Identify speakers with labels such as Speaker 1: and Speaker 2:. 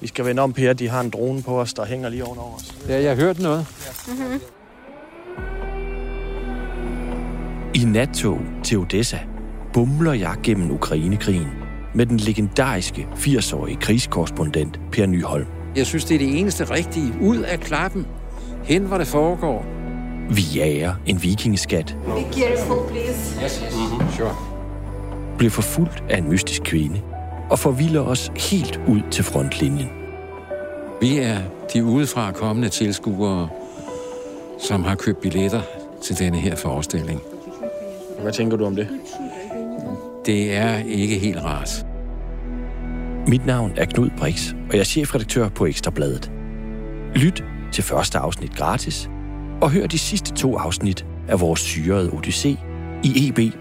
Speaker 1: Vi skal vende om, Per. De har en drone på os, der hænger lige ovenover os.
Speaker 2: Ja, jeg hørte noget.
Speaker 3: I nattog til Odessa bumler jeg gennem Ukrainekrigen med den legendariske 80-årige krigskorrespondent Per Nyholm.
Speaker 2: Jeg synes, det er det eneste rigtige. Ud af klappen. Hen, hvor det foregår.
Speaker 3: Vi jager en vikingeskat,
Speaker 4: Be careful, please.
Speaker 2: Yes, yes. Mm-hmm. Sure.
Speaker 3: bliver forfulgt af en mystisk kvinde og forvilder os helt ud til frontlinjen.
Speaker 2: Vi er de udefra kommende tilskuere, som har købt billetter til denne her forestilling.
Speaker 1: Hvad tænker du om det?
Speaker 2: Det er ikke helt rart.
Speaker 3: Mit navn er Knud Brix, og jeg er chefredaktør på Ekstrabladet. Lyt til første afsnit gratis, og hør de sidste to afsnit af vores syrede Odyssé i E EB+.